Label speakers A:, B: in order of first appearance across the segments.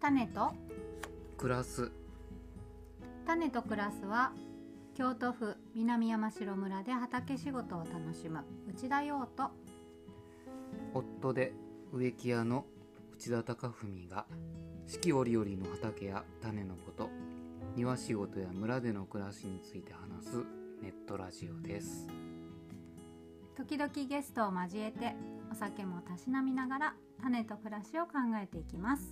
A: 種と
B: 暮らす
A: 種と暮らすは京都府南山城村で畑仕事を楽しむ内田洋と
B: 夫で植木屋の内田貴文が四季折々の畑や種のこと庭仕事や村での暮らしについて話すネットラジオです
A: 時々ゲストを交えてお酒もたしなみながら種と暮らしを考えていきます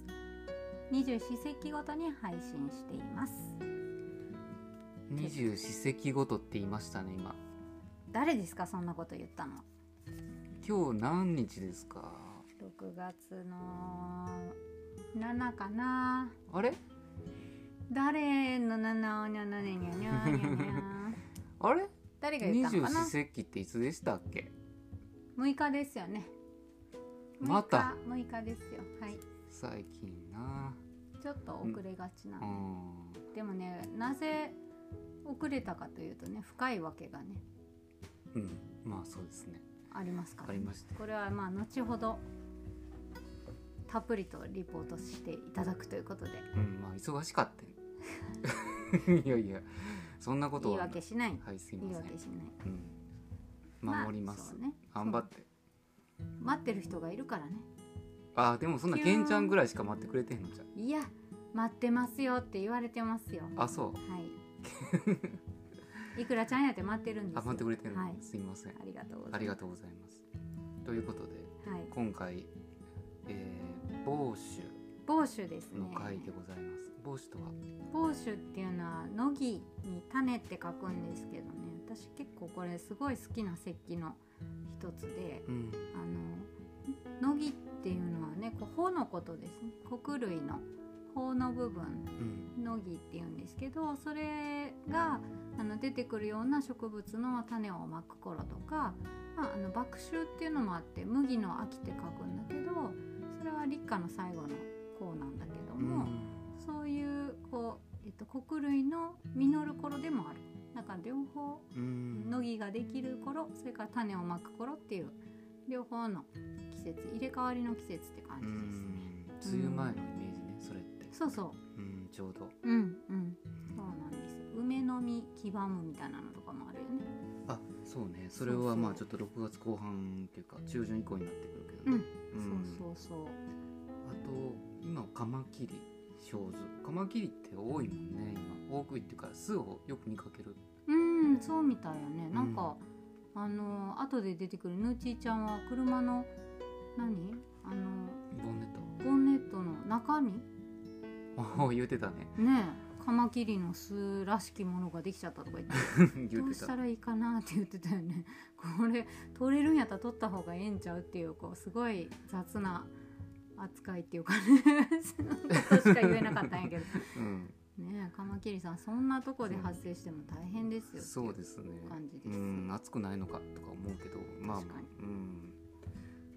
A: 二十四節気ごとに配信しています
B: 二十四節気ごとって言いましたね今
A: 誰ですかそんなこと言ったの
B: 今日何日ですか
A: 6月の7かな
B: あれ
A: 誰の7をにゃなにゃにゃにゃにゃに ゃ
B: あれ
A: 誰が言
B: 二
A: ったの
B: 十
A: か
B: 四
A: な
B: 節気っていつでしたっけ
A: 6日ですよね
B: また
A: 6日6日ですよはい
B: 最近な
A: ちょっと遅れがちな、
B: うん
A: でもねなぜ遅れたかというとね深いわけがね
B: うんまあそうですね
A: ありますか
B: わ
A: ら
B: かりました
A: これはまあ後ほどたっぷりとリポートしていただくということで
B: うんまあ忙しかったよ いやいやそんなこと
A: 言い
B: は
A: 訳しない
B: はいすい
A: 言い
B: ませ
A: 訳
B: ん
A: しない
B: うん、守ります、
A: そうね
B: 頑張って
A: 待ってる人がいるからね
B: あーでもそんな
A: キュー
B: け
A: ン
B: んちゃんぐらいしか待ってくれてへんのじゃ
A: いや待ってますよって言われてますよ
B: あそう
A: はいいくらちゃんやって待ってるんですよ
B: あ待ってくれてるの、
A: はい
B: すいません
A: ありがとうござ
B: あ
A: い
B: り
A: ま
B: がとうございますということです
A: はい
B: 今回えー、房州
A: 房州ですね
B: の回でございます房州とは
A: 房州っていうのは乃木に種って書くんですけどね私結構これすごい好きな石器の一つで
B: うん
A: あの乃木っていうのはねこう穂のことですね穀類の穂の部分
B: うん
A: 乃木っていうんですけどそれがあの出てくるような植物の種をまく頃とか、まあ、あの麦秋っていうのもあって麦の秋って書くんだけどそれは立夏の最後の項なんだけども。そういうこう、えっと、穀類の実る頃でもあるなんか両方
B: うん
A: 乃木ができる頃それから種をまく頃っていう両方の季節入れ替わりの季節って感
B: う
A: じですね。
B: ん梅雨前のイメージねそれって
A: そうそ
B: うんちょうど
A: ううんうんそうなんです梅の実黄ばむみたいなのとかもあるよね
B: あそうねそ
A: そう
B: れ
A: そう
B: はまあちょっと6月後半っていうか中旬以降になってくるけどね、うん
A: そうそうそう
B: あと今カマキリ小豆カマキリって多いもんね今大食いっていうか巣をよく見かける
A: うんそうみたいよねなんか、あの後で出てくるヌーチーちゃんは車の何あの
B: ボンネット
A: ボンネットの中身
B: おお言う てたね
A: ねえカマキリの巣らしきものができちゃったとか言って
B: 言
A: ど
B: う
A: う
B: て
A: した
B: た
A: らいいかなって言ってたよね これ取れるんやったら取った方がええんちゃうっていうこうすごい雑な扱いっていうかね そのことしか言えなかったんや けど
B: うん
A: ねえカマキリさんそんなとこで発生しても大変ですよ
B: そうですね
A: 感じです
B: うん暑くないのかとか思うけどまあ
A: 確かに
B: うん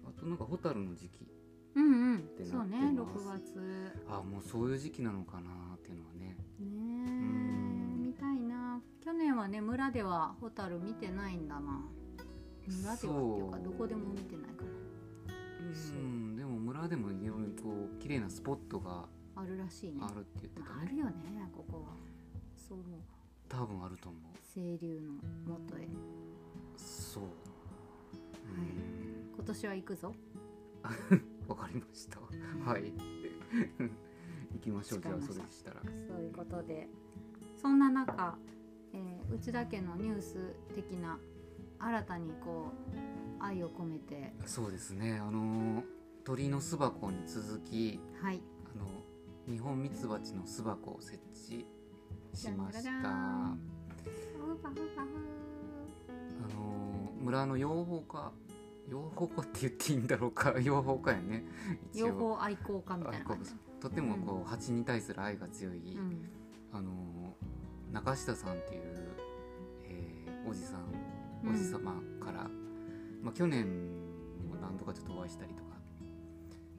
B: あとなんかホタルの時期
A: うん
B: て
A: うん
B: な
A: そうね
B: ってます
A: 6月ね
B: あもうそういう時期なのかなっていうのはね
A: え
B: ん
A: 見たいな去年はね村ではホタル見てないんだな村ではっていうか
B: そう
A: どこでも見てないかな
B: うんでも村でもいろいろこう綺麗なスポットが
A: あるらしいね。
B: あるって言ってた
A: あ
B: ね
A: るよね、ここは。そう、
B: 多分あると思う
A: 清流の元へ。
B: そううん
A: 今年は行くぞ。
B: わかりました。はい。 行きましょう。じゃ
A: わ
B: あ
A: かりま
B: そ
A: し
B: れ
A: た
B: でしたら。
A: そういうことで。そんな中、えー、内田家のニュース的な。新たにこう。愛を込めて。
B: そうですね。あの鳥の巣箱に続き、
A: はい。
B: あの日本ミツバチの巣箱を設置しまし
A: じ
B: た。
A: ゃんじゃらじゃ
B: あ
A: んふうふうふう
B: の村の養蜂家、養蜂家って言っていいんだろうか、 養蜂家やね。一
A: 養
B: 応。
A: 蜂愛好家みたいな感じ。
B: とてもこう蜂に対する愛が強い、
A: うん。
B: あの中下さんっていう、えーおじさんおじさまから、まあ、去年にも何度かちょっとお会いしたりとか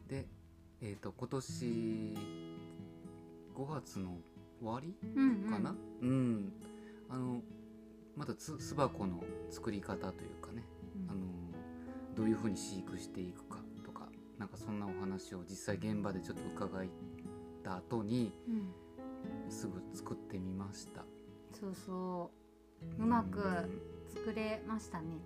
B: で、えー、と今年5月の終わり
A: うん。うん。
B: かな、うんあのまだつ巣箱の作り方というかね、
A: うん。
B: あのどういうふうに飼育していくかとかなんかそんなお話を実際現場でちょっと伺いった後に
A: うん、
B: すぐ作ってみました
A: そうそううまく
B: ん
A: 作れましたね。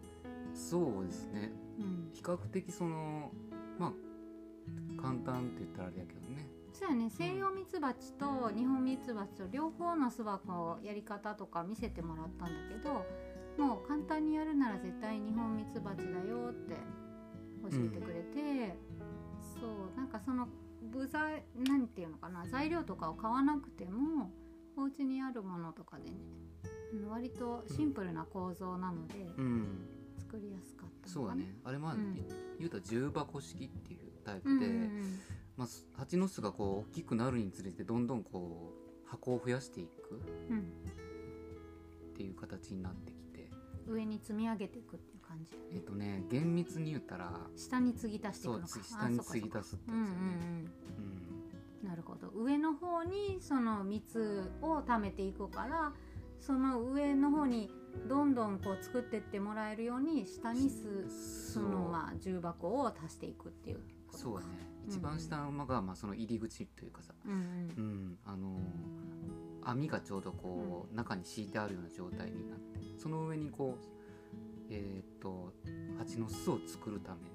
B: そうですね
A: うん、
B: 比較的そのまあ簡単って言ったらあれやけどね
A: そうやね西洋ミツバチと日本ミツバチと両方の巣箱のやり方とか見せてもらったんだけどもう簡単にやるなら絶対日本ミツバチだよって教えてくれて、そうなんかその部材なんていうのかな材料とかを買わなくてもお家にあるものとかでねあの割とシンプルな構造なので
B: うん
A: 作りやすかった
B: そ
A: の
B: う
A: か
B: だ
A: な
B: ねあれまあ、
A: うん
B: 言うたら重箱式っていうタイプ
A: うんうん
B: で、
A: うん
B: まあ、す蜂の巣がこう大きくなるにつれてどんどんこう箱を増やしていく
A: うん
B: っていう形になってきて
A: 上に積み上げていくっていう感じ
B: えっ、とね厳密に言ったら
A: 下に継ぎ足してい
B: そ
A: く
B: う
A: のか
B: つ下に継ぎ
A: あ
B: 足す
A: そうかそ
B: って
A: うかうんう
B: やつよね、
A: ん
B: うん
A: うんなるほど上の方にその蜜を貯めていくからその上の方にどんどんこう作ってってもらえるように下にす
B: そ
A: そうのまあ重箱を足していくっていうことか
B: そうだね
A: うん
B: 一番下のがまあその入り口というかさ、
A: うんうん
B: うん、あのー網がちょうどこう中に敷いてあるような状態になってその上にこうえーっと蜂の巣を作るため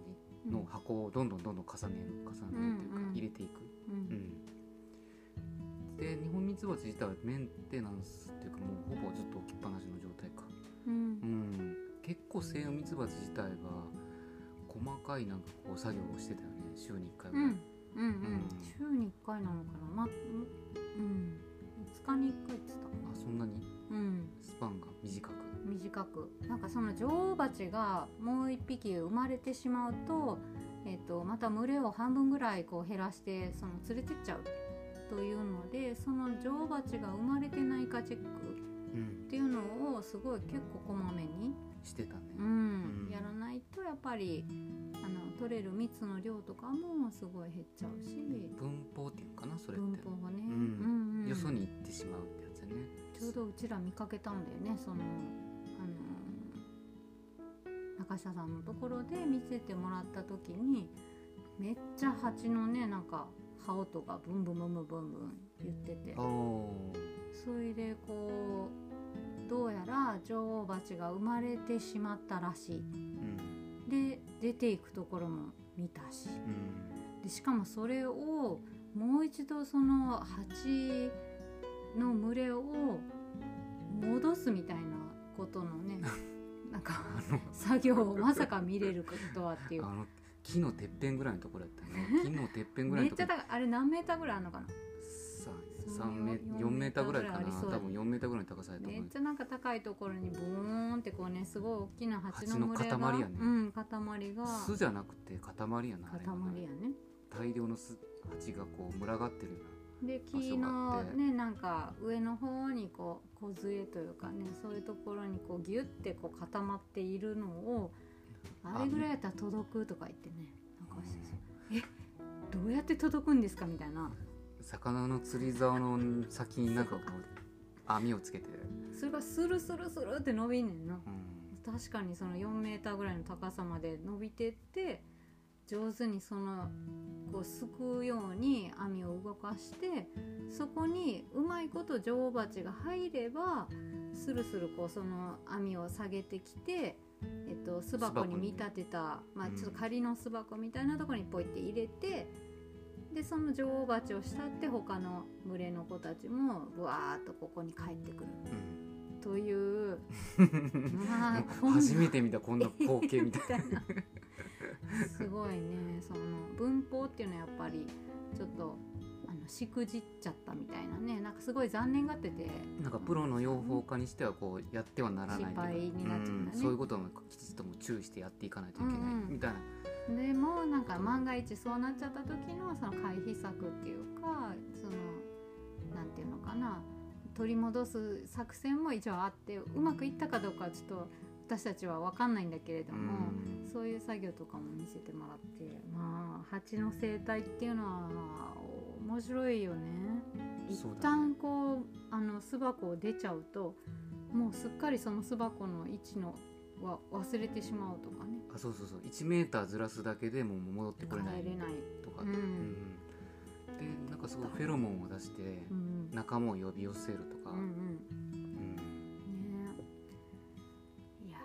B: にの箱をどんどんどんどん重ねる重ねるという
A: う
B: か、
A: んうん
B: 入れていく
A: うん
B: うん、で日本ミツバチ自体はメンテナンスっていうかもうほぼずっと置きっぱなしの状態か、
A: うん
B: うん、結構西洋ミツバチ自体は細かいなんかこう作業をしてたよね週に1回
A: う
B: ぐらい、
A: んうんうん
B: ん
A: 週に1回なのかなまうん5日に1回って言ってたか
B: あそんなに
A: なうん
B: スパンが短く
A: 短くなんかその女王蜂がもう1匹生まれてしまうと,、えっとまた群れを半分ぐらいこう減らしてその連れてっちゃうというのでその女王蜂が生まれてないかチェック
B: うん
A: っていうのをすごい結構こまめに、
B: してたね、
A: うん
B: うん
A: やらないとやっぱりあの取れる蜜の量とかもすごい減っちゃうし
B: 分法っていうのかなそれっ
A: 分
B: て、
A: 布がね、
B: うん
A: うんうん
B: よそに行ってしまうってやつやね
A: ちょうどうちら見かけたんだよねそのあの中下さんのところで見せてもらった時にめっちゃ蜂のねなんか羽音がブンブンブンブンブンブン言ってて
B: あー
A: それでこうどうやら女王蜂が生まれてしまったらしい
B: うん
A: で出ていくところも見たし
B: うん
A: でしかもそれをもう一度その蜂の群れを戻すみたいなことの ねなんか作業をまさか見れることはっていう
B: あの木のてっぺんぐらいのところやったね 木のてっぺんぐらい
A: めっ
B: のと
A: ちゃ
B: ころ
A: 高いあれ何メーターぐらいあるのかなそう
B: 三メ
A: 4
B: 4メーターぐらいか
A: あ
B: な
A: りそう
B: 多分4メーターぐらいの高さやと
A: め
B: 思
A: っ
B: う
A: ちゃなんか高いところにボーンってこうねすごい大きな蜂の群れが
B: 蜂の塊やね
A: うん塊が
B: 巣じゃなくて塊やなあれはな
A: 塊やね
B: 大量の巣蜂がこう群がってるよ
A: で
B: 場
A: 木
B: 所があ
A: の
B: って
A: ねなんか上の方にこう小杖というかねそういうところにこうギュッてこう固まっているのを
B: あ
A: あれぐらいやったら届くとか言ってねなんかどうやって届くんですかみたいな
B: うな魚の釣り竿の先になんかこう網をつけて、
A: それがスルスルスルって伸びんねんな
B: うん、
A: 確かにその4メーターぐらいの高さまで伸びてって上手にそのこうすくうように網を動かしてそこにうまいこと女王蜂が入ればスルスルこうその網を下げてきて、えっと、巣箱に見立てた、まあ、
B: うん
A: ちょっと仮の巣箱みたいなところにポイって入れて。でその女王蜂を慕って他の群れの子たちもぶわーっとここに帰ってくる
B: うん
A: と いう まあこんな
B: 初めて見たこんな光景みたい
A: みたいなすごいねその文法っていうのはやっぱりちょっとあのしくじっちゃったみたいなねなんかすごい残念がってて
B: ななんかプロの養蜂家にしてはこうやってはならないというか
A: 失敗になっちゃうんだね
B: んそういうこともきちっともう注意してやっていかないといけない
A: うんうん
B: みたいな、
A: でもなんか万が一そうなっちゃった時のその回避策っていうかそのなんていうのかな取り戻す作戦も一応あってうまくいったかどうかはちょっと私たちは分かんないんだけれども。
B: うん
A: そういう作業とかも見せてもらってまあ蜂の生態っていうのは面白いよね一
B: そうだね
A: 旦こうあの巣箱を出ちゃうともうすっかりその巣箱の位置のは忘れてしまうとかね
B: あそうそうそう1メーターずらすだけでもう戻ってこれない
A: 帰れない
B: とか、
A: うん
B: うんでなんかかすごいフェロモンを出して
A: うん
B: 仲間を呼び寄せるとか、
A: うんうん
B: うん
A: ねいや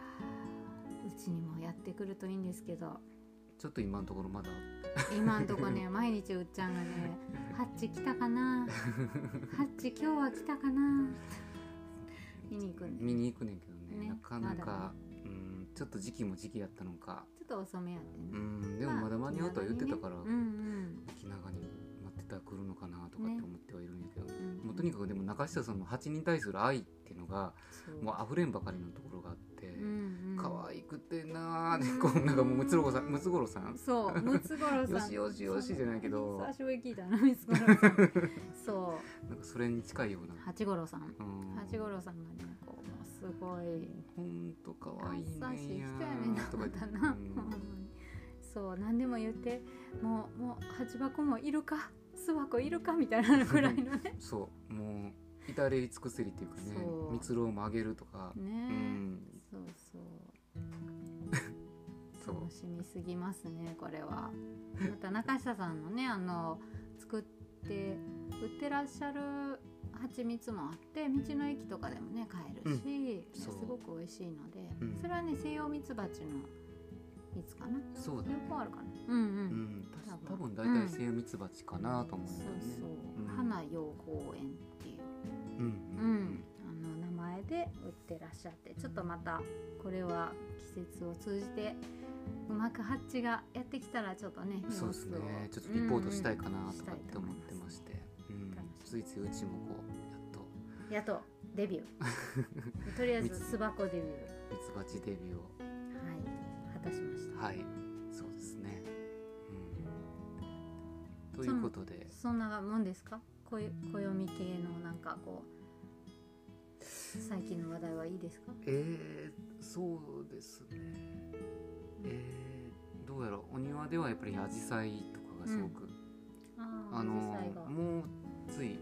A: ーうちにもやってくるといいんですけど
B: ちょっと今のところまだ
A: 今んとこ ね毎日うっちゃんがね「ハッチ来たかなハッチ今日は来たかな」見に行くんで
B: 見に行くねんけどね
A: ね
B: なかなか、
A: まだ
B: うんちょっと時期も時期やったのか
A: ちょっと遅めやって
B: う
A: ね、
B: んでもまだ間に合うとは言ってたから、
A: うんうん
B: 気長に待ってたら来るのかなとかって思ってはいるんやけど、
A: うん
B: もうとにかくでも中下さんの蜂に対する愛っていうのが
A: そう
B: もう溢れんばかりのところがあって、
A: うんうん、
B: 可愛くてなーってこうなんかもうムツゴロウさんムツゴロウさん
A: そうムツゴロウさん
B: よしよしよしじゃないけど
A: 久しぶりに聞いたなムツゴロウさんそ
B: なんかそれに近いような
A: う八五郎さん
B: うん
A: 八五郎さんがねこうもうすごい
B: ほんと可愛いね
A: 優しい人
B: や
A: やね
B: ー
A: な
B: と
A: ま
B: か言
A: た
B: って
A: な、
B: うん
A: ほんまにそう何でも言ってもうもう蜂箱もいるか巣箱いるかみたいなぐらいのね
B: そうもう至れり尽くせりっていうかね
A: そう
B: 蜜ろうもあげるとか、
A: ね
B: う
A: え、
B: ん
A: そうそう
B: そう
A: 楽しみすぎますねこれは。また中下さんのねあの作って売ってらっしゃる蜂蜜もあって道の駅とかでもね買えるし、ねす
B: そう
A: ごく美味しいので、
B: うん
A: それはね西洋蜜蜂の蜜かな
B: そうだね
A: 両方あるかなうんうん、
B: うん、多
A: 多分
B: 分大体セイヨミツバチかなと思う
A: そう
B: んだよね。
A: そう、
B: うん
A: 花陽公園っていう、
B: うん
A: う
B: うん
A: ん、あの名前で売ってらっしゃってちょっとまたこれは季節を通じてうまくハッチがやってきたらちょっとね
B: そうです
A: 様子
B: ね
A: を
B: ちょっとリポートした
A: う
B: い
A: ん
B: かなとかって思ってまして、うん
A: と思います
B: ついついうちもこうやっと
A: うんやっとデビュー とりあえず巣箱デビュー
B: ミツバチデビュー
A: はい果たしました
B: をはいそうですね、うん、ということで
A: そんなもんですかこよ暦系のなんかこう最近の話題はいいですか
B: えー、そうですねえー、どうやろうお庭ではやっぱりアジサイとかがすごく、
A: あー
B: あの
A: 紫陽花が
B: もうつい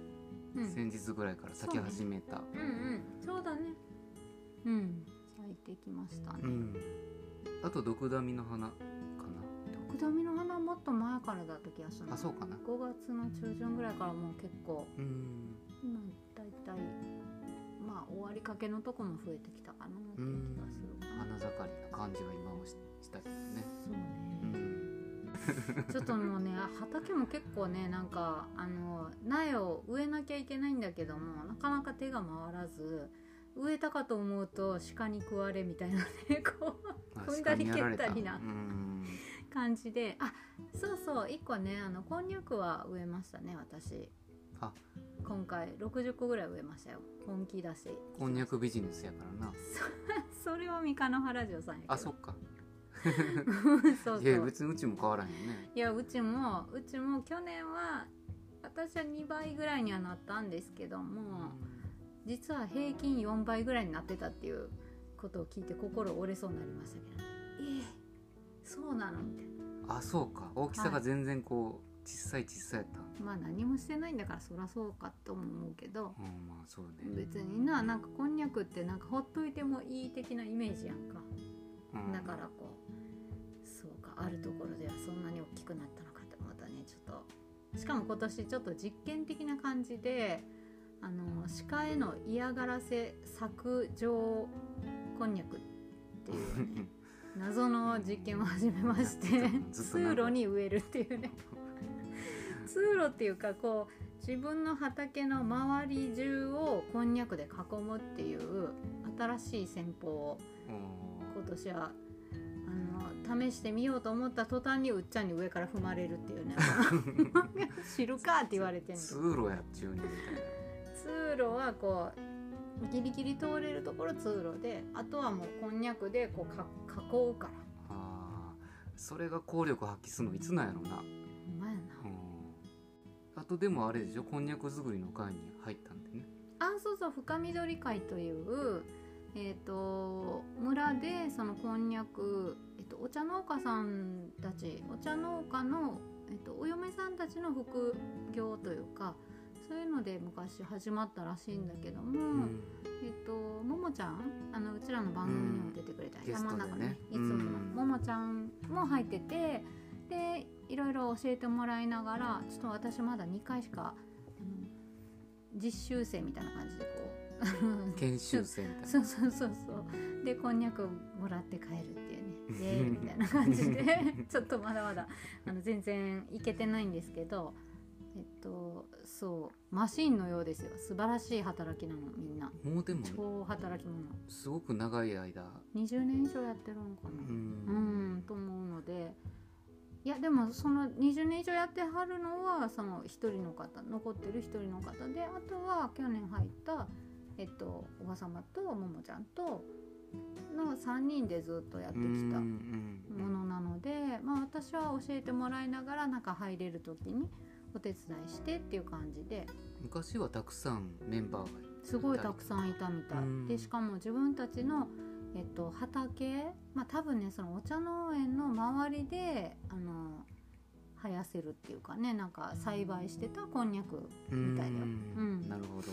A: うん
B: 先日ぐらいから咲き始めた、
A: うんうんちょうどねうん咲いてきましたね、
B: うん、あとドクダミの花か
A: ドクダミの花もっと前からだった気がする
B: なあそうかな
A: 5月の中旬ぐらいからもう結構
B: うん
A: 今だいたいまあ終わりかけのとこも増えてきたかなっていう気がするかな
B: 花盛りな感じが今もししたけどね
A: そう
B: う
A: ね
B: ん
A: ちょっともうね畑も結構ねなんかあの苗を植えなきゃいけないんだけどもなかなか手が回らず植えたかと思うと鹿に食われみたいなねこう
B: あ
A: 踏んだり
B: 鹿にやられ
A: 蹴ったりな
B: うん
A: 感じであそうそう1個ねあのこんにゃくは植えましたね私
B: あ
A: 今回60個ぐらい植えましたよ本気出し
B: こんにゃくビジネスやからな
A: そそれは三日の原城さんやけど
B: あそっか
A: そうそう
B: いや別にうちも変わらへんよね
A: いやうちもうちも去年は私は2倍ぐらいにはなったんですけども実は平均4倍ぐらいになってたっていうことを聞いて心折れそうになりましたけどええそうなのみたい
B: あそうか大きさが全然こう小さい小さいやった
A: なまあ何もしてないんだからそらそうかとも思うけど
B: うんまあそうね
A: 別にななんかこんにゃくってなんかほっといてもいい的なイメージやんか
B: うん
A: だ からこうそうかあるところではそんなに大きくなったのかってまたねちょっとしかも今年ちょっと実験的な感じであの鹿への嫌がらせ削除こんにゃくっていうね謎の実験を始めまして
B: ずっと
A: 通
B: なんか
A: 路に植えるってい うね通路っていうかこう自分の畑の周り中をこんにゃくで囲むっていう新しい戦法を
B: うん
A: 今年はあの試してみようと思った途端にうっちゃんに上から踏まれるっていう ね知るかって言われてんの通
B: 通路やっちゅうねんみたいな
A: 路はこうギリギリ通れるところ通路であとはもうこんにゃくでこうか囲うから
B: あーそれが効力発揮するのいつなんやろうな、
A: ほんまやな
B: うん、あとでもあれでしょこんにゃく作りの会に入ったんでね
A: あそうそう深緑会という、えー、と村でそのこんにゃく、えっとお茶農家さんたちお茶農家の、えっとお嫁さんたちの副業というかそういうので昔始まったらしいんだけども、
B: うん
A: えっとももちゃんあのうちらの番組にも出てくれた、
B: うん
A: 山の中ねい
B: ゲストでね
A: つもの、
B: うん
A: ももちゃんも入っててでいろいろ教えてもらいながらちょっと私まだ2回しかあの実習生みたいな感じでこう
B: 研修生みたいな
A: そうそうそうそうでこんにゃくもらって帰るって いうねイエーイみたいな感じで ちょっとまだまだあの全然いけてないんですけどえっとそうマシンのようですよ素晴らしい働きなのみんな
B: もうでも
A: 超働き者
B: すごく長い間
A: 20年以上やってるのか
B: う
A: な、うんんと思うのでいやでもその20年以上やってはるのはその1人の方残ってる1人の方であとは去年入った、えっと、おばさまとももちゃんとの3人でずっとやってきたものなので、まあ、私は教えてもらいながら中入れる時にお手伝いしてっていう感じで
B: 昔はたくさんメンバーが
A: すごいたくさんいたみたい、
B: うん
A: でしかも自分たちの、えっと、畑、まあ、多分ねそのお茶農園の周りであの生やせるっていうかねなんか栽培してたこんにゃくみたいだよ
B: うん
A: うん
B: なるほど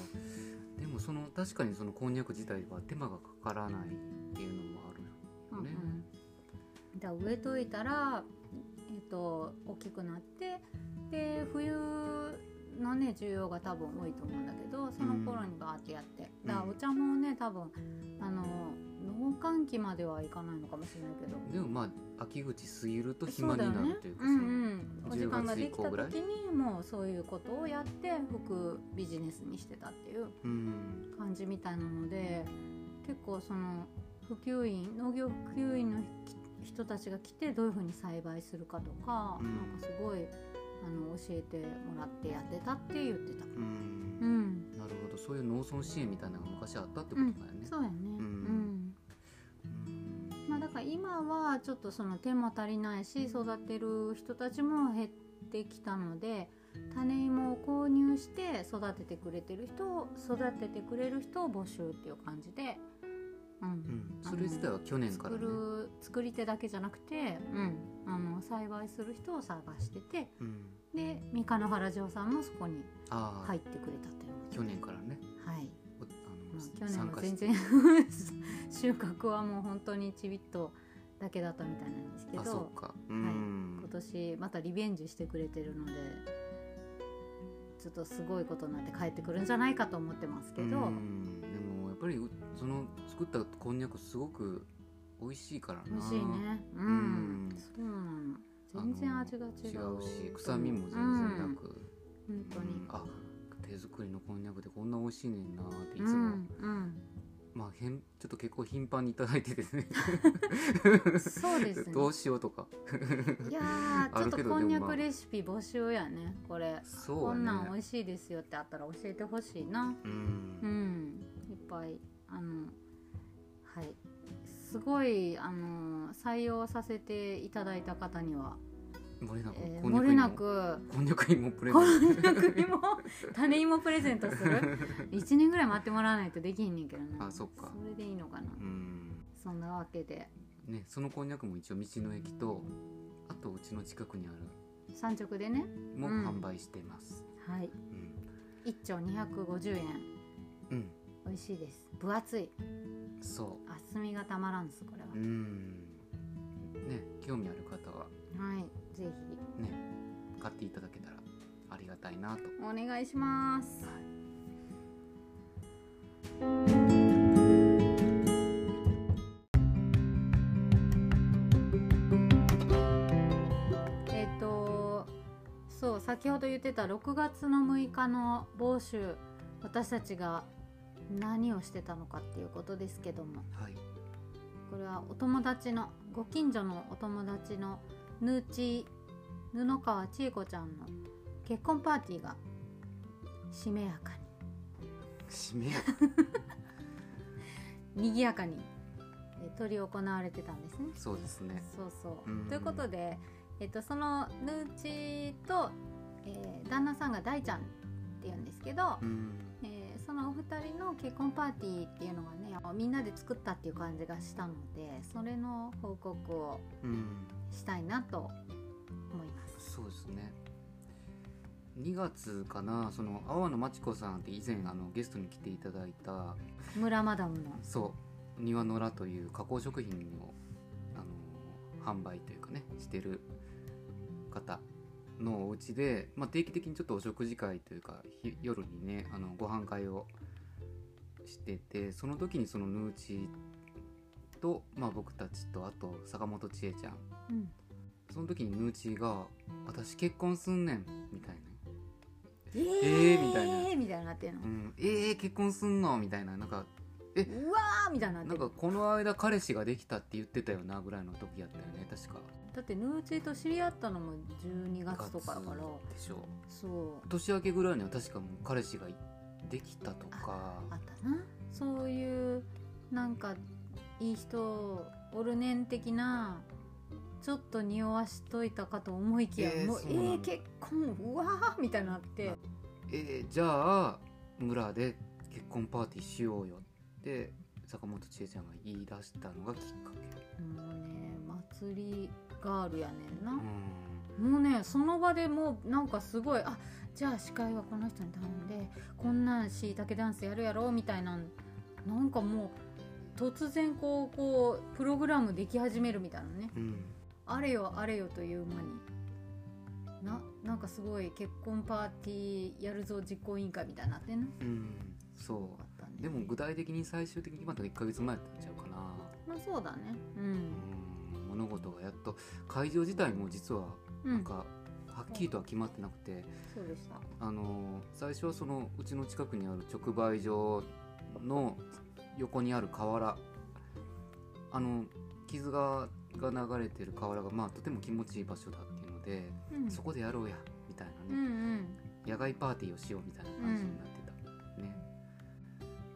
B: でもその確かにそのこんにゃく自体は手間がかからないっていうのもあるよね、
A: うん、だから植えといたら、えっと、大きくなってで冬のね需要が多分多いと思うんだけどその頃にバーってやって、
B: うん
A: だからお茶もね多分あの農閑期まではいかないのかもしれないけど。
B: でもまあ秋口過ぎると
A: そ
B: 暇
A: う
B: に
A: だよ
B: な
A: ね
B: るというか
A: うんうん、お時
B: 10
A: 間ができ
B: 月以降
A: た
B: ぐらい
A: 時にもうそういうことをやって服ビジネスにしてたっていう
B: そのうん
A: 感じみたいなので結構その普及員農業普及員のひ人たちが来てどういうふうに栽培するかとか、
B: うん
A: なんかすごいあの教えてもらってやってたって言ってた。
B: う
A: うんん、
B: なるほどそういう農村支援みたいなのが昔あったって
A: う
B: ことだ
A: ん
B: よね、
A: そうやね、
B: うん
A: うん
B: うん
A: まあ、だから今はちょっとその手も足りないし育てる人たちも減ってきたので種芋を購入して育ててくれてる人を育ててくれる人を募集っていう感じで、う
B: うんんそれ自体は去年か
A: 作
B: らね、
A: る作り手だけじゃなくて、うん、あの栽培する人を探してて
B: うん、
A: で三日野原城さんもそこに
B: ああ、
A: 入ってくれたということ
B: 去年からね
A: はい
B: おあの、
A: まあ、去年
B: 参
A: も
B: 加し
A: 全
B: て
A: 然 収穫はもう本当にちびっとだけだったみたいなんですけ
B: あそ
A: ど
B: っかうん、
A: 今年またリベンジしてくれてるのでちょっとすごいことになって帰ってくるんじゃないかと思ってますけど、
B: うんでもやっぱりうその作ったこんにゃくすごく美味しいからな
A: 美味しいねうん、
B: うん
A: そうなの全然味が違
B: 違
A: う
B: うし臭みも全然なく、
A: うん本当に、
B: うんあ手作りのこんにゃくでこんな美味しいねんなっていつ
A: う
B: も、
A: んうん、
B: まあへんちょっと結構頻繁にいただいてですね
A: そうですね
B: どうしようとか
A: いやー
B: あ
A: ちょ
B: る
A: っと
B: けど
A: こんにゃ
B: でも
A: く
B: まあ
A: レシピ募集やねこれ、
B: そう
A: こ
B: はね
A: んなん美味しいですよってあったら教えてほしいな
B: う
A: うんんいっぱいあのはいすごいあの採用させていただいた方には、
B: 漏れなく、
A: えー、
B: こんにゃ
A: 漏
B: く
A: れ
B: に
A: な
B: も
A: く
B: こんにゃくにもプレゼ
A: こ
B: ント
A: んにゃくにも 種芋プレゼントする1年ぐ らい待ってもらわないとできひんねんけどな
B: あそっか
A: それでいいのかな
B: うん
A: そんなわけで
B: ねそのこんにゃくも一応道の駅とあとうちの近くにある
A: 産直でね
B: も
A: うん
B: 販売してます、
A: はい
B: うん
A: 1丁250円
B: うん、
A: 美味しいです分厚い
B: そ
A: 厚みがたまらんですこれは
B: う。う、ん。ね、興味ある方は
A: はいぜひ
B: ね、買っていただけたらありがたいなと。
A: お願いしますえっ、とそう先ほど言ってた6月の6日の某州私たちが何をしてたのかっていうことですけども
B: はい。
A: これはお友達のご近所のお友達のぬーちー布川千恵子ちゃんの結婚パーティーがしめやか
B: し めや
A: に賑やかにえー執り行われてたんですね。
B: そうですね。
A: そうそう、
B: うん
A: ということで、えっと、そのぬーちーと、えー旦那さんが大ちゃんっていうんですけど
B: う、ん。
A: えーそのお二人の結婚パーティーっていうのがねみんなで作ったっていう感じがしたのでそれの報告を
B: うん。
A: したいなと思います。
B: そうですね。2月かな、その阿波野真知子さんって以前あのゲストに来ていただいた、
A: 村マダムの
B: そう、庭のらという加工食品をあの販売というかねしてる方のお家で、まあ、定期的にちょっとお食事会というかひ夜にねあのご飯会をしててその時にそのヌーチと、まあ、僕たちとあと坂本千恵ちゃん
A: うん
B: その時にヌーチが「私結婚すんねん」みたいな
A: え
B: えーみたいな
A: みたいになってんの
B: 「う、ん、えー、結婚すんの?」みたいななんか
A: うわーみたいになって
B: な
A: る
B: んかこの間彼氏ができたって言ってたよなぐらいの時やったよね確か
A: だってヌーチーと知り合ったのも12月とかだから
B: でしょ
A: そう
B: 年明けぐらいには確かもう彼氏ができたとか
A: あったなそういうなんかいい人おるねん的なちょっと匂わしといたかと思いきや、
B: えー
A: もう
B: そ
A: え
B: うなんだ
A: ー、結婚うわーみたいになって
B: えーじゃあ村で結婚パーティーしようよって坂本千恵ちゃんが言い出したのがきっかけ
A: もうね祭りガールやねんな
B: う、ん
A: もうねその場でもうなんかすごいあじゃあ司会はこの人に頼んでこんなんしいたけダンスやるやろみたいなんなんかもう突然こうこうプログラムでき始めるみたいなね
B: うん
A: あれよあれよという間にななんかすごい結婚パーティーやるぞ実行委員会みたいになってね
B: うんそ
A: かったね
B: うでも具体的に最終的にまだ1ヶ月前だったんちゃうかな
A: まあそうだねう
B: うんん物事がやっと会場自体も実は
A: う
B: なん
A: ん
B: かはっきりとは決まってなくて、
A: そうでした
B: あの最初はそのうちの近くにある直売所の横にある河原あの傷がが流れてる河原が、まあ、とても気持ちいい場所だっていうので、
A: うん
B: そこでやろうやみたい
A: うん
B: なね、
A: うん
B: 野外パーティーをしようみたいな感じになってた、ね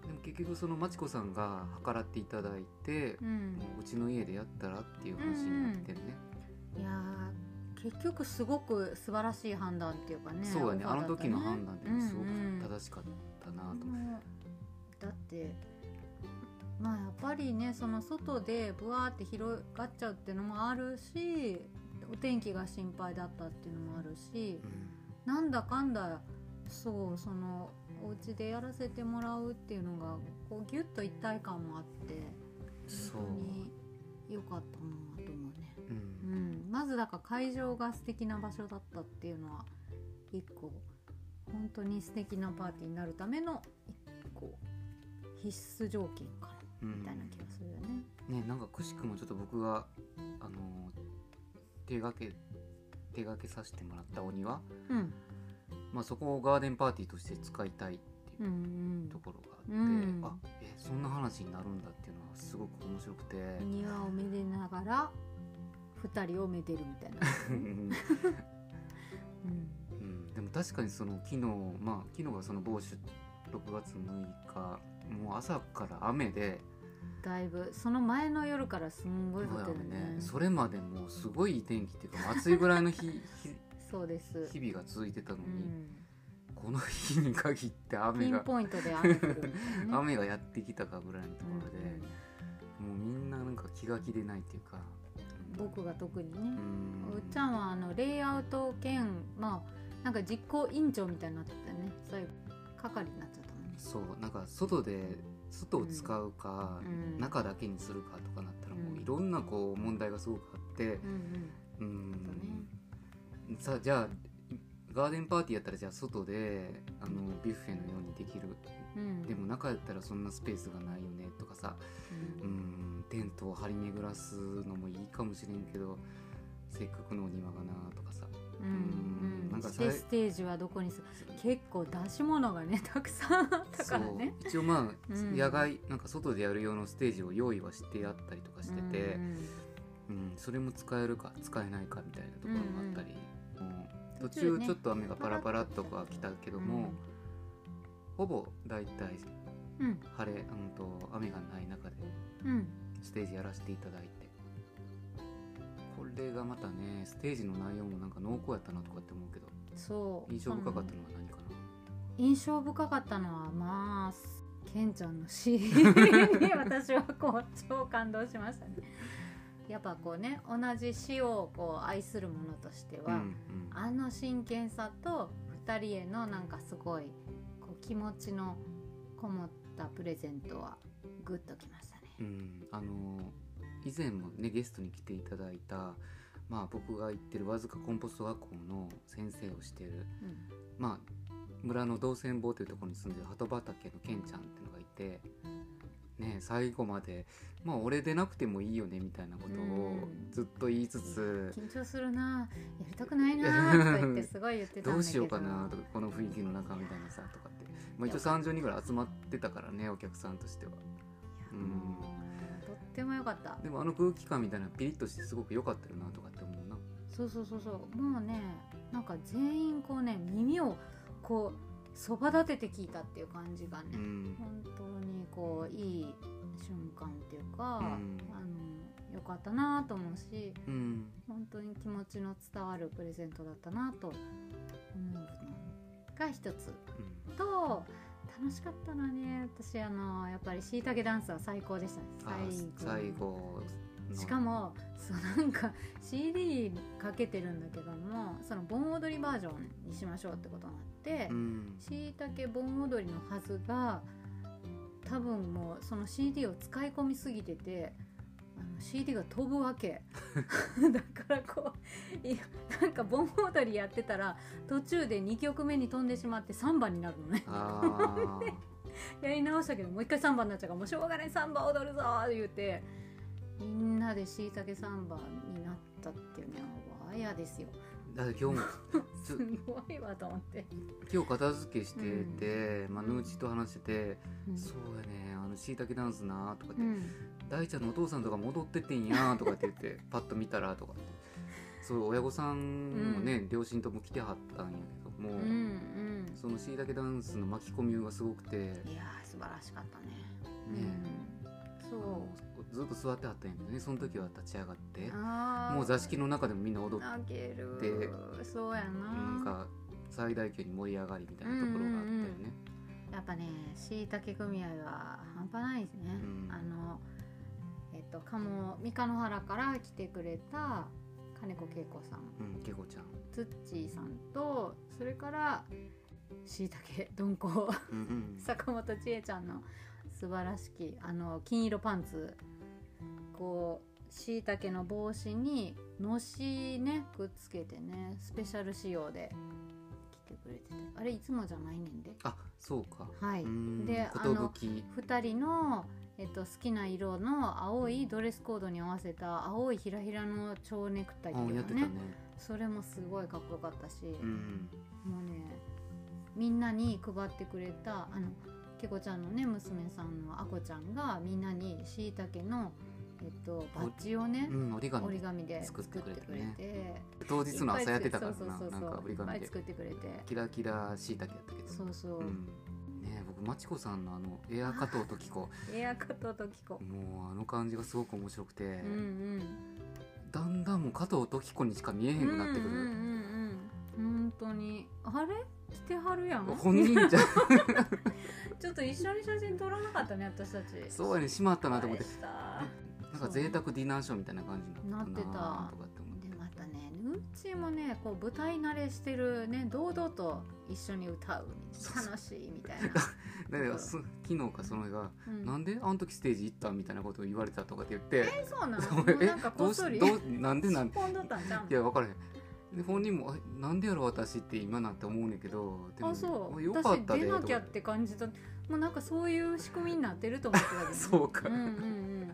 B: でも結局そのまちこさんが計らっていただいて、
A: うん
B: もううちの家でやったらっていう話になってね、
A: いやー結局すごく素晴らしい判断っていうかね
B: そうやね
A: オ
B: あ
A: ファーだ
B: の
A: った
B: 時
A: ね
B: の判断っていうのはすごく
A: うん
B: 正しかったなと思って。
A: うんだってまあやっぱりねその外でブワーって広がっちゃうっていうのもあるしお天気が心配だったっていうのもあるしなんだかんだそうそのお家でやらせてもらうっていうのがこうギュッと一体感もあって
B: そう
A: 本当に良かったなと思うね。
B: う
A: うんん、まずだから会場が素敵な場所だったっていうのは一個本当に素敵なパーティーになるための一個必須条件かな
B: うん
A: みたいな気がするよね。
B: ねなんかくしくもちょっと僕があの手がけ手がけさせてもらったお庭、
A: うん、
B: まあ、そこをガーデンパーティーとして使いたいって
A: う
B: い
A: ん
B: う
A: うん
B: ところがあって、
A: うん
B: あえそんな話になるんだっていうのはすごく面白くて、
A: 庭をめでながら二人をめでるみたいな。
B: うん
A: うん
B: うんでも確かにその昨日まあ昨日がその某種6月6日もう朝から雨で
A: だいぶその前の夜からすんごい降ってるね
B: ねそれまでもうすごいいい天気っていうか暑いぐらいの日 日
A: そうです、
B: 日々が続いてたのに
A: う、ん、
B: この日に限って
A: ピ
B: 雨
A: ン
B: が、
A: ポイントで雨降るみたいな、ね、
B: 雨がやってきたかぐらいのところで、もうみんななんか気が気でないっていうか
A: うん僕が特にね、
B: うーん
A: うっちゃんはあのレイアウト兼まあなんか実行委員長みたいになってたよねそういう係になっちゃったもんね
B: そうなんか外で外を使うか、
A: うん
B: 中だけにするかとかなったらもううんいろんなこう問題がすごくあって
A: うん
B: うー
A: そ
B: んさあじゃあガーデンパーティーやったらじゃあ外であのビュッフェのようにできる
A: うんうん
B: でも中やったらそんなスペースがないよねとかさう
A: うん
B: んテントを張り巡らすのもいいかもしれんけどせっかくのお庭がなとかさ
A: う
B: うん
A: んう
B: な
A: んん
B: か
A: して
B: さい
A: ステージはどこにする結構出し物がねたくさんあったからね
B: そう一応まあ、
A: うん
B: 野外なんか外でやる用のステージを用意はしてあったりとかしてて
A: う、ん
B: うんそれも使えるか使えないかみたいなところもあったり、もう
A: 途
B: 途中
A: 中ね
B: ちょっと雨がパラパラっとか来たけども、ほぼ大体
A: うん
B: 晴れうんと雨がない中で
A: うん
B: ステージやらせていただいてこれがまたねステージの内容もなんか濃厚やったなとかって思うけど
A: そう
B: 印象深かったのは
A: その
B: 何かな
A: 印象深かったのはまあケンちゃんのシーン に私はこう超感動しましたねやっぱこうね同じ死をこう愛する者としては、
B: うんうん
A: あの真剣さと2人へのなんかすごいこう気持ちのこもったプレゼントはグッときましたね
B: うん、あの以前もねゲストに来ていただいたまあ、僕が行ってる和塚コンポスト学校の先生をしてる、
A: うん
B: まあ、村の道仙坊というところに住んでる鳩畑のけんちゃんっていうのがいて、ね、最後まで、まあ、俺でなくてもいいよねみたいなことを
A: うん
B: ずっと言いつつ、
A: 緊張するなぁやりたくないなぁとか言ってすごい言ってたんだけど
B: どうしようかなとかこの雰囲気の中みたいなさとかって、まあ、一応30人ぐらい集まってたからねお客さんとしては。
A: いやもうとっても良かった
B: でもあの空気感みたいなピリッとしてすごく良かったよなとかって思うな。
A: そうそうそうそうもうねなんか全員こうね耳をこうそば立てて聞いたっていう感じがね、
B: うん
A: 本当にこういい瞬間っていうか、
B: うん
A: あの良かったなぁと思うし
B: うん
A: 本当に気持ちの伝わるプレゼントだったなぁと思うのが一つ
B: うん
A: と楽しかったのはね私あのやっぱりしいたけダンスは最高でしたね
B: あー最後の
A: しかもそうなんか CD かけてるんだけどもその盆踊りバージョンにしましょうってことになって
B: うん
A: しいたけ盆踊りのはずが多分もうその CD を使い込みすぎててあの CD が飛ぶわ けだからこういやなんか盆踊りやってたら途中で2曲目に飛んでしまって3番になるのね
B: あ ー
A: やり直したけどもう一回サンバになっちゃうからもうしょうがないサンバ踊るぞー言うてみんなでしいたけサンバになったっていうねわやですよ
B: だって今日も ち
A: す
B: ょ
A: ごいわと思って、
B: 今日片付けしてて、まあ、ヌーチと話してて、
A: うん
B: そうやねあのしいたけダンスなとかって、
A: うん
B: 大ちゃんのお父さんとか戻ってってんやとかって言って パッと見たらとかってそう親御さんもね、両親とも来てはったんやけども、
A: うんうん
B: そのしいたけダンスの巻き込みがすごくて、ね
A: いやー素晴らしかったねうんそう
B: ずっと座ってはったんやけどねその時は立ち上がって
A: あー
B: もう座敷の中でもみんな踊って
A: 泣けるそうやな
B: なんか最大級に盛り上がりみたいなところがあったよね。
A: やっぱねしいたけ組合は半端ないですね、
B: うん
A: あのえっと鴨三日野原から来てくれた金子恵子さん
B: うん、けこちゃん。
A: つっちーさんとそれからしいたけどんこ
B: うんうん。
A: 坂本千恵ちゃんの素晴らしきあの金色パンツこうしいたけの帽子にのしねくっつけてねスペシャル仕様で来てくれててあれいつもじゃないねんで
B: あ、そうか。
A: はいで
B: で、
A: あ
B: あ
A: の
B: の
A: 2人の、えっと、好きな色の青いドレスコードに合わせた青いひらひらの蝶ネクタイってい
B: や
A: う
B: って
A: かね
B: たね。
A: それもすごいかっこよかったし、
B: うん。
A: もうねみんなに配ってくれたあのけこちゃんのね娘さんのあこちゃんがみんなにしいたけの、えっと、バッジをね
B: うん、折り
A: 折
B: 紙
A: り。紙で作
B: 作
A: っ
B: ってて
A: く
B: く
A: れ
B: れ
A: て
B: てね当日の朝やってたからな、
A: そうそう
B: なん
A: そう
B: か
A: そう
B: 折り
A: いっぱ
B: 紙
A: い
B: で。
A: 作ってくれて
B: キラキラしいたけやったけど。
A: そうそう、
B: うん。ね、僕まちこさんのあのエア加藤ときこ
A: エアカとときこ
B: もうあの感じがすごく面白くて、
A: うんうん
B: だんだんもう加藤ときこにしか見えへんくなってく
A: うん
B: る、
A: うんうんうん、本当にあれ来てはるやん
B: 本人 じゃ
A: ちょっと一緒に写真撮らなかったね私たち
B: そうやねしまったなと思って
A: でした
B: なんか贅沢ディナーショーみたいな感じにな
A: な
B: ったな
A: ってた
B: とかって思って
A: でまたねうちもねこう舞台慣れしてるね堂々と一緒に歌う楽しいみたいな、
B: だからそ昨日かその絵が、
A: うん
B: なんであの時ステージ行ったみたいなことを言われたとかって言って、
A: えそうなの
B: そ
A: も
B: う
A: うなんかこっそり
B: どうしどうなんでなん
A: 突っ込んどったんじゃん
B: いや分からへんで本人もあ「なんでやろ私」って今なんて思うねんけどでも
A: あそう
B: あよかった
A: 私
B: で
A: 出なきゃっ
B: とか
A: て感じだもうなんかそういう仕組みになってると思ってたけど、ね、
B: そうか
A: うんうんうんうん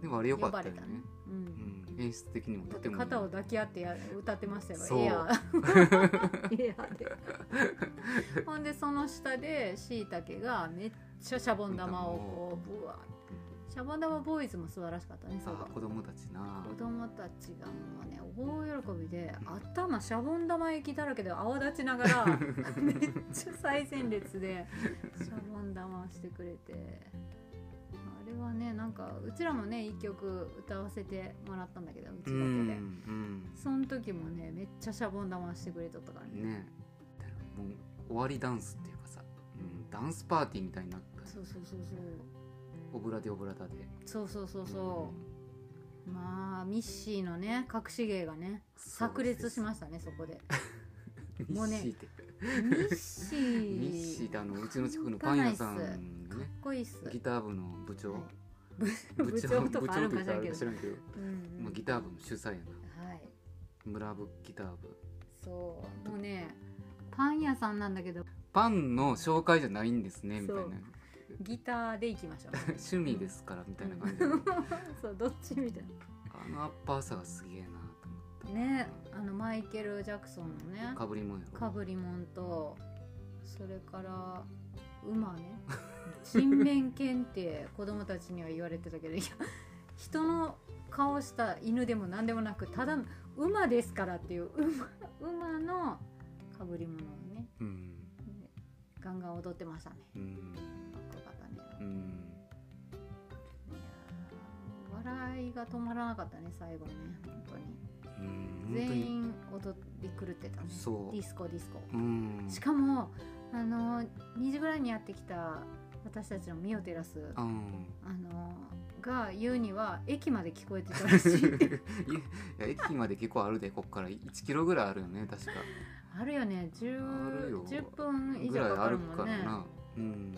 B: でもあれ良かったよね
A: 呼ばれう
B: うんん、 演出的にも
A: だ
B: と
A: って
B: ても
A: 肩を抱き合ってや歌ってましたよ
B: そう
A: エア ーエアーでほんでその下でしいたけがめっちゃシャボン玉をこうぶわーシャボン玉ボーイズも素晴らしかったねそこ
B: あ子供たちな
A: 子供たちがもうね大喜びで頭シャボン玉液だらけで泡立ちながらめっちゃ最前列でシャボン玉をしてくれてあれはねなんかうちらもね1曲歌わせてもらったんだけどうちだけ
B: う
A: で。
B: ん
A: その時もねめっちゃシャボン玉してくれとったから
B: うん
A: ね
B: ねもう終わりダンスっていうかさ、うん、ダンスパーティーみたいになった
A: そうそうそう
B: オブラでオブラだで
A: そうそうそうそうそうまあミッシーのね隠し芸がね炸裂しましたねそこで
B: うん
A: もうね
B: ミッシーって
A: ミッシー
B: ミッシーってあのうちの近くのパン屋さんのね
A: かっこいいっす
B: ギター部の部長、
A: はい部長とかあるか
B: 部
A: じゃん
B: 長と
A: け
B: か
A: ど
B: 知らんけど、
A: うんうん
B: まあ、ギター部の主催やな
A: はい
B: 村部ギター部
A: そうもうねパン屋さんなんだけど
B: パンの紹介じゃないんですねみたいな
A: そうギターで行きましょう
B: 趣味ですから みたいな感じで
A: そうどっちみたい
B: あのアッパーさがすげえなと思っ
A: な
B: て
A: ねあのマイケル・ジャクソンのね
B: かぶりもんやろ
A: かぶりもんとそれから馬ね 人面犬って子供たちには言われてたけどいや人の顔した犬でも何でもなくただの馬ですからっていう馬馬のかぶりものをね
B: うん
A: ガンガン踊ってましたね
B: うん
A: かっこよかったね
B: うん
A: いやー笑いが止まらなかったね最後ね本当に
B: うん本当
A: 全
B: に
A: 員踊り狂ってたね
B: そう
A: ディスコディスコ
B: うん
A: しかもあの2時ぐらいにやってきた私たちのミオテラス
B: う
A: あ
B: ん
A: のが言うには駅まで聞こえてたらし い
B: いや駅まで結構あるでこっから1キロぐらいあるよね確か
A: あるよね 10,
B: あるよ
A: 10分以
B: ぐらい
A: 上かか
B: あ
A: る
B: る
A: も
B: か
A: んね
B: らな、うん、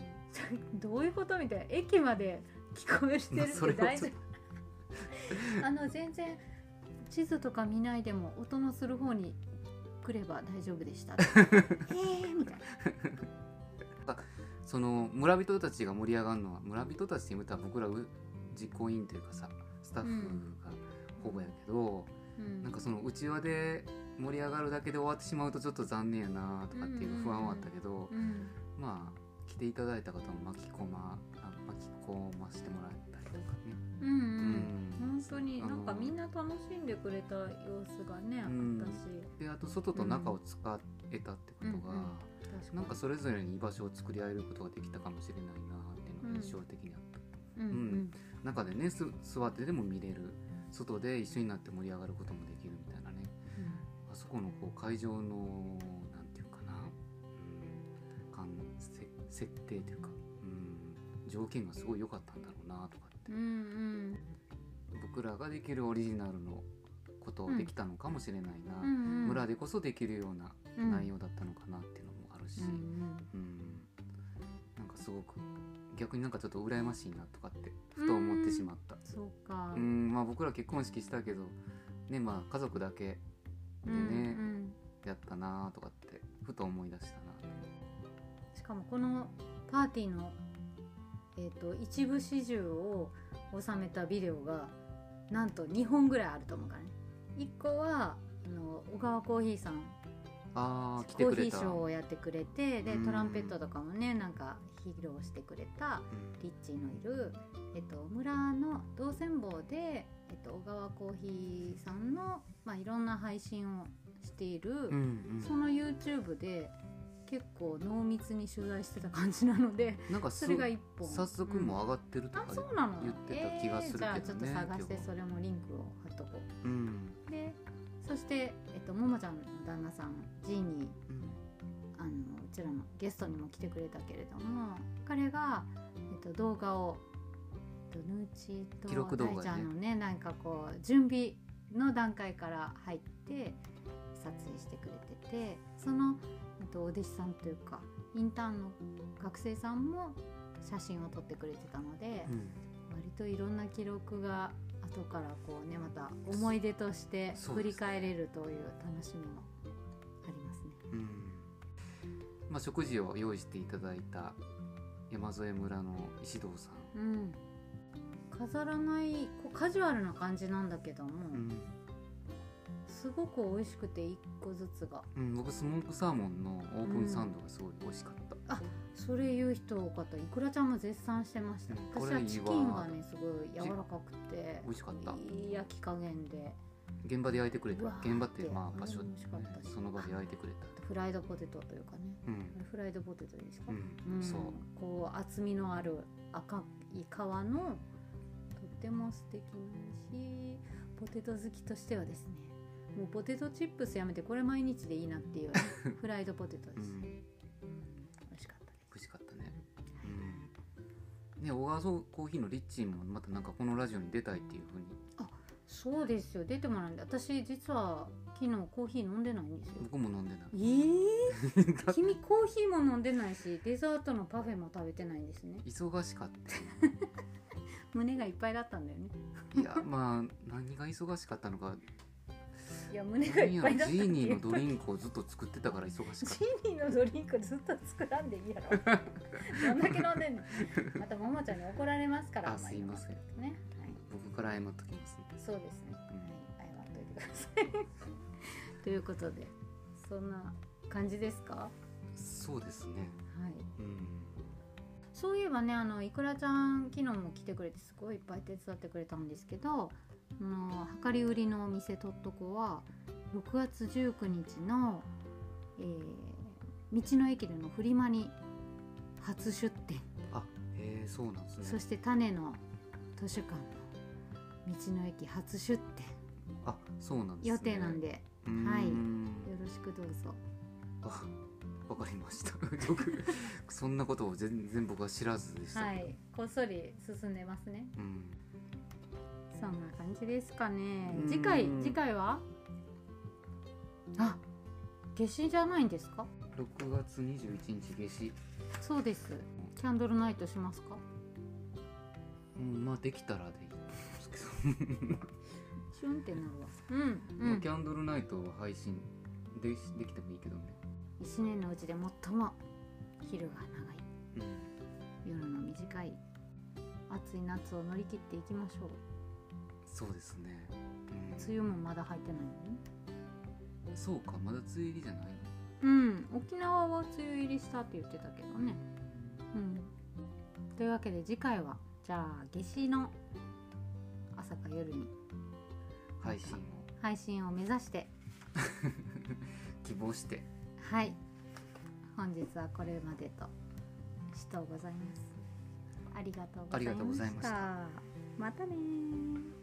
A: どういうことみたいな駅まで聞こえて
B: まあ
A: る
B: そ
A: っ
B: れ
A: て大
B: はち
A: 丈
B: ょ
A: 夫
B: っ
A: あの全然地図とか見ないでも音のする方に来れば大丈夫で したえーみたいな
B: とその村人たちが盛り上がるのは村人たちって言うたら僕らう実行委員というかさスタッフがほぼやけど、
A: うん
B: なんかそのうちわで盛り上がるだけで終わってしまうとちょっと残念やなとかっていう不安はあったけど、
A: うん
B: まあ来ていただいた方も巻き込まあ巻き込ましてもらったりとかね、
A: うんうん本当に
B: あの
A: なんかみんな楽しんでくれた様子がね、
B: うん
A: あったし
B: であと外と中を使えたってことが、
A: うん確
B: なんかそれぞれに居場所を作り上げることができたかもしれないなっていうのが印象的にあった、
A: うんうん
B: 中でねす座ってでも見れる外で一緒になって盛り上がることもできるみたいなねあそこのこう会場のなんていうかな、うん、感せ設定というか、うん、条件がすごい良かったんだろうなとかって
A: うんうん
B: 僕らができるオリジナルのことをできたのかもしれないな、
A: うんうん
B: 村でこそできるような
A: うん
B: 内容だったのかなっていうのもあるし、
A: う
B: うんんなんかすごく逆になんかちょっと羨ましいなとかってふと思ってしまった。
A: そうか
B: うんまあ、僕ら結婚式したけど、ねまあ、家族だけ
A: う
B: で
A: ん
B: ね
A: うん
B: やったなとかってふと思い出したな。
A: しかもこのパーティーのえっ、と一部始終を収めたビデオがなんと2本ぐらいあると思うからね1個はあの小川コーヒーさん
B: あー来
A: コ
B: て
A: ー
B: く
A: ヒ
B: れ
A: ー
B: た
A: ショーをやってくれてで
B: うん
A: トランペットとかもねなんか披露してくれた
B: うん
A: リッチーのいる、えっと、村の道泉坊で、えっと、小川コーヒーさんの、まあ、いろんな配信をしている、
B: うん
A: その YouTube で結構濃密に取材してた感じなので
B: うん、なんかす
A: それが一本
B: 早速もう上がってると
A: うん
B: か
A: あそうなの
B: 言ってた気がするけ
A: えーじ
B: どね
A: ゃあちょっと探して
B: 今日
A: それもリンクを貼っとこう
B: うん
A: でそして、えっと、ももちゃんの旦那さんジーニー
B: うん
A: あのうちらのゲストにも来てくれたけれども彼が、えっと、動画を、えっと、ヌーチー
B: 記
A: と
B: 録動画
A: 大
B: ね
A: ちゃんのねなんかこう準備の段階から入って撮影してくれててその、えっと、お弟子さんというかインターンの学生さんも写真を撮ってくれてたので、
B: うん
A: 割といろんな記録が後からこうねまた思い出として
B: そう
A: 振
B: です
A: り
B: ね
A: 返れるという楽しみもありますね。
B: うんまあ、食事を用意していただいた山添村の石堂さ
A: うん、飾らないこうカジュアルな感じなんだけども、
B: ん、うん
A: すごく美味しくて1個ずつが
B: うん、僕スモークサーモンのオープンサンドがすごい美味しかった、
A: それ言う人多かったいくらちゃんも絶賛してました、
B: うんこ
A: 私
B: れ
A: はい
B: いわ
A: チキンがねすごい柔らかくて
B: 美味しかった
A: いい焼き加減で
B: 現場で焼いてくれた
A: うわー
B: 現場ってまあ場所、
A: うん美
B: ね
A: 味しかったし、
B: その場で焼いてくれた
A: フライドポテトというかね
B: うん、
A: フライドポテトでいいですか、
B: うんそう
A: こう厚みのある赤い皮のとっても素敵なしポテト好きとしてはですねもうポテトチップスやめてこれ毎日でいいなっていう フライドポテト
B: う
A: です、
B: ん、美
A: 美味しかったです
B: 味しかったね、うん、ね小川コーヒーのリッチーもまたなんかこのラジオに出たいっていうふうに
A: そうですよ出てもらうんで私実は昨日コーヒー飲んでないんですよ
B: 僕も飲ん でな
A: え
B: い
A: ー、君コーヒーも飲んでないしデザートのパフェも食べてないんですね
B: 忙しかった
A: 胸がいっぱいだったんだよね
B: いやまあ何が忙しかったのか
A: いや胸が
B: 何
A: いっ
B: や
A: ぱ
B: ろ
A: い
B: ジ
A: だった
B: ーニーの
A: ジ
B: ドリンクをずっと作ってたから忙しかっ
A: ーニーのドリンクずっと作らんでいいやろどんだけ飲んでん のまたももちゃんに怒られますから
B: たあ
A: ん
B: す
A: り
B: い
A: 飲
B: ま
A: で
B: せん
A: るとね、はい、
B: 僕から謝っときますね
A: そうですね
B: うん
A: はい謝っといてください ということでそんな感じですかは
B: そうですね
A: い
B: うん
A: そういえばねあのいくらちゃん昨日も来てくれてすごいいっぱい手伝ってくれたんですけどあの量り売りのお店とっとこは6月19日の、えー道の駅でのフリマに初出店、
B: あへえそうなんです
A: そ
B: ね
A: して種の図書館の道の駅初出店
B: あそうなんですね
A: 予定なんで、
B: うーん
A: はいよろしくどうぞ
B: あわかりました 僕そんなことを全然僕は知らずでした、
A: はいこっそり進んでますね
B: うん
A: そんな感じですかね
B: うん
A: 次回次回はあ夏至じゃないんですか
B: 6月21日夏至、
A: そうですキャンドルナイトしますか
B: うん、まあできたらでいいですけど、
A: シュンってなるわうん、う
B: まあ
A: ん
B: キ、ャンドルナイトは配信でしできてもいいけどね、
A: 一年のうちで最も昼が長い
B: うん、
A: 夜の短い暑い夏を乗り切っていきましょう
B: そうですね、
A: 梅雨もまだ入ってないのに
B: うん、そうかまだ梅雨入りじゃないの
A: うん沖縄は梅雨入りしたって言ってたけどねうんというわけで次回はじゃあ夏至の朝か夜に
B: 配信を
A: 配信を目指して
B: 希望して
A: はい本日はこれまでとしとうございますありがとうございました
B: ありがとうございました
A: またねー